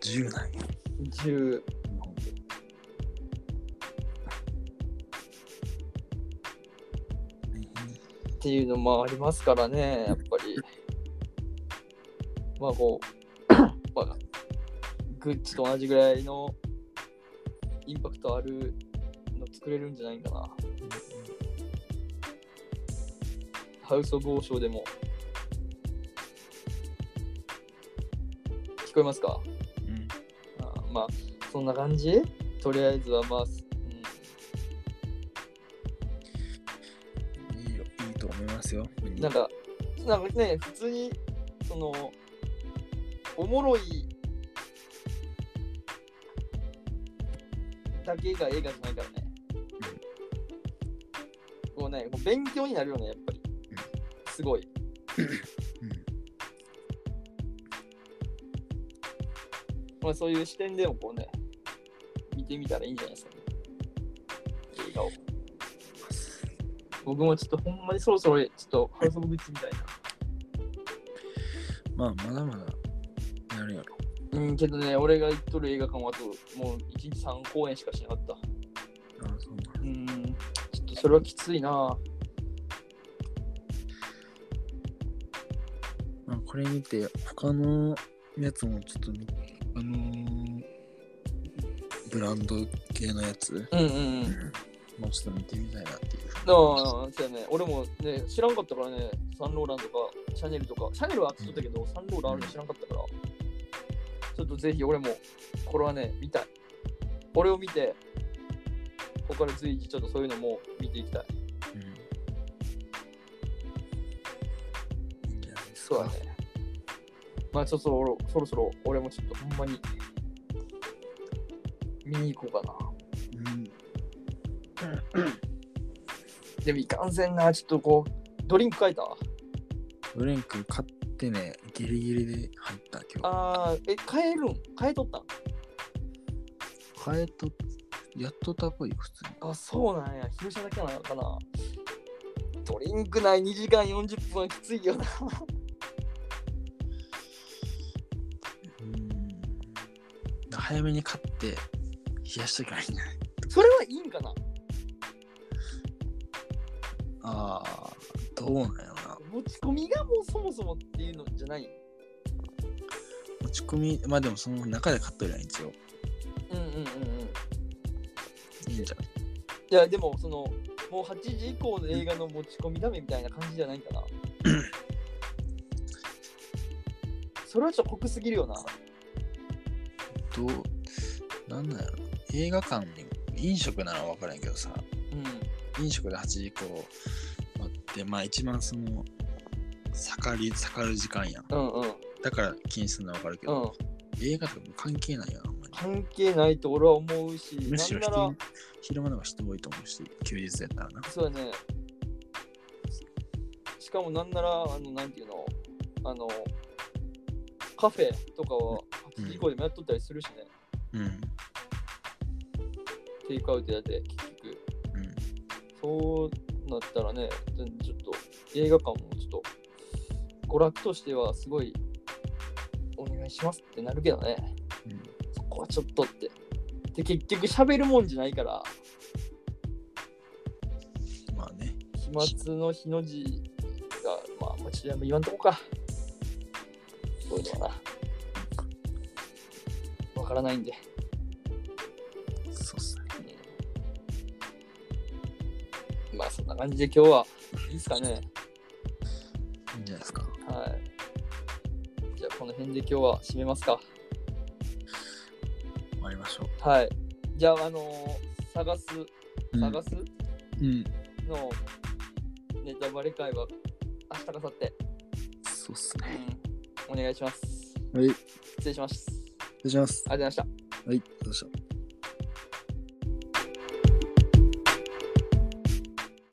[SPEAKER 1] 銃なんや。
[SPEAKER 2] 銃。
[SPEAKER 1] 日本で
[SPEAKER 2] っていうのもありますからね、やっぱり。まあこう、まあ、グッチと同じぐらいのインパクトあるの作れるんじゃないかな。ハウス・オブ・王将でも。聞こえますか
[SPEAKER 1] うん
[SPEAKER 2] あーまあそんな感じとりあえずはまあ、す
[SPEAKER 1] いいよ、いいと思いますよ。
[SPEAKER 2] うん、なんかなんかね普通にそのおもろいだけが映画じゃないからねこうねもう勉強になるよねやっぱり
[SPEAKER 1] うん
[SPEAKER 2] すごい
[SPEAKER 1] うん
[SPEAKER 2] まあそういう視点でもこうね見てみたらいいんじゃないですかね映画を僕もちょっとほんまにそろそろちょっとハウス・オブ・グッズみたいな
[SPEAKER 1] まあ、まだまだやるやろ。
[SPEAKER 2] うん、けどね、俺が行っとる映画館はあと、もう1日3公演しかしなかった。
[SPEAKER 1] ああ、そうなん
[SPEAKER 2] うん、ちょっとそれはきついな。
[SPEAKER 1] まあ、これ見て、他のやつもちょっと見、あのーブランド系のやつ、
[SPEAKER 2] うんうんうん。
[SPEAKER 1] もうちょっと見てみたいなっていう。
[SPEAKER 2] なあ、そうやね。俺もね、知らんかったからね、サンローランとか、シャネルとか、シャネルはあっとったけど、サンローランあるの知らんかったから、ちょっとぜひ俺も、これはね、見たい。俺を見て、ここから随時ちょっとそういうのも見ていきたい。
[SPEAKER 1] うんいいんじゃないです
[SPEAKER 2] そうだ
[SPEAKER 1] か
[SPEAKER 2] ね。。まあちょっとそろそろそろ俺もちょっとほんまに見に行こうか
[SPEAKER 1] うん
[SPEAKER 2] な。でもいかんせんな、ちょっとこう、ドリンク書いた
[SPEAKER 1] ドリンク買ってね、ギリギリで入った今日。
[SPEAKER 2] あー、え、変えるん変えとったん
[SPEAKER 1] 買えと、やっとったっぽいよ、普通に。
[SPEAKER 2] あ、そうなんや。昼食だけなのかな。ドリンクない2時間40分はきついよな。
[SPEAKER 1] うん早めに買って、冷やしときゃいいんじゃない
[SPEAKER 2] それはいいんかな
[SPEAKER 1] ああ、どうなんやろな。
[SPEAKER 2] 持ち込みがもうそもそもっていうのじゃない。
[SPEAKER 1] 持ち込み、まあでもその中で買っとりゃいいんですよ。
[SPEAKER 2] うんうんうんうん。
[SPEAKER 1] いいんじゃない
[SPEAKER 2] いや、でもその、もう8時以降の映画の持ち込みダメみたいな感じじゃないんか な。それはちょっと濃すぎるよな。
[SPEAKER 1] どう、なんなんやろ映画館に、飲食なら分からんけどさ、
[SPEAKER 2] うん。
[SPEAKER 1] 飲食で8時以降あって、まあ一番その、盛り、盛る時間やん。
[SPEAKER 2] うんうん。
[SPEAKER 1] だから禁止するのは分かるけ
[SPEAKER 2] う
[SPEAKER 1] ど、
[SPEAKER 2] ん。
[SPEAKER 1] 映画とかもう関係ないやん、あんまり。
[SPEAKER 2] 関係ないと俺は思うし、
[SPEAKER 1] むしろ
[SPEAKER 2] なんなら
[SPEAKER 1] 人、昼間の方が人多いと思うし、休日やったらな。
[SPEAKER 2] そうだね。しかもなんなら、あの、なんていうの、あの、カフェとかは
[SPEAKER 1] うん
[SPEAKER 2] 8時以降でもやっとったりするしね、
[SPEAKER 1] うん。
[SPEAKER 2] テイクアウトやって、結局。
[SPEAKER 1] うん。
[SPEAKER 2] そうなったらね、ちょっと映画館もちょっと、娯楽としてはすごい、お願いしますってなるけどね、
[SPEAKER 1] うん
[SPEAKER 2] そこはちょっとって。で、結局喋るもんじゃないから、
[SPEAKER 1] まあね。
[SPEAKER 2] 飛沫の日の字が、まあ、まあ、ちょっと言わんとこか。そういうのはな。わからないんで。
[SPEAKER 1] そうっすね。
[SPEAKER 2] うんまあ、そんな感じで今日は、いいですかね。
[SPEAKER 1] いいんじゃないですか。
[SPEAKER 2] はい。じゃあ、この辺で今日は締めますか。
[SPEAKER 1] 終わりましょ
[SPEAKER 2] はい。じゃあ、あのー探す、
[SPEAKER 1] う。
[SPEAKER 2] 探す
[SPEAKER 1] うん。
[SPEAKER 2] のネタバレ会は、明日か明後
[SPEAKER 1] そうっすね。
[SPEAKER 2] 日、うん、お願いします。
[SPEAKER 1] はい。失
[SPEAKER 2] 失礼します。
[SPEAKER 1] 礼します。
[SPEAKER 2] ありがとうございました。
[SPEAKER 1] はい。どうした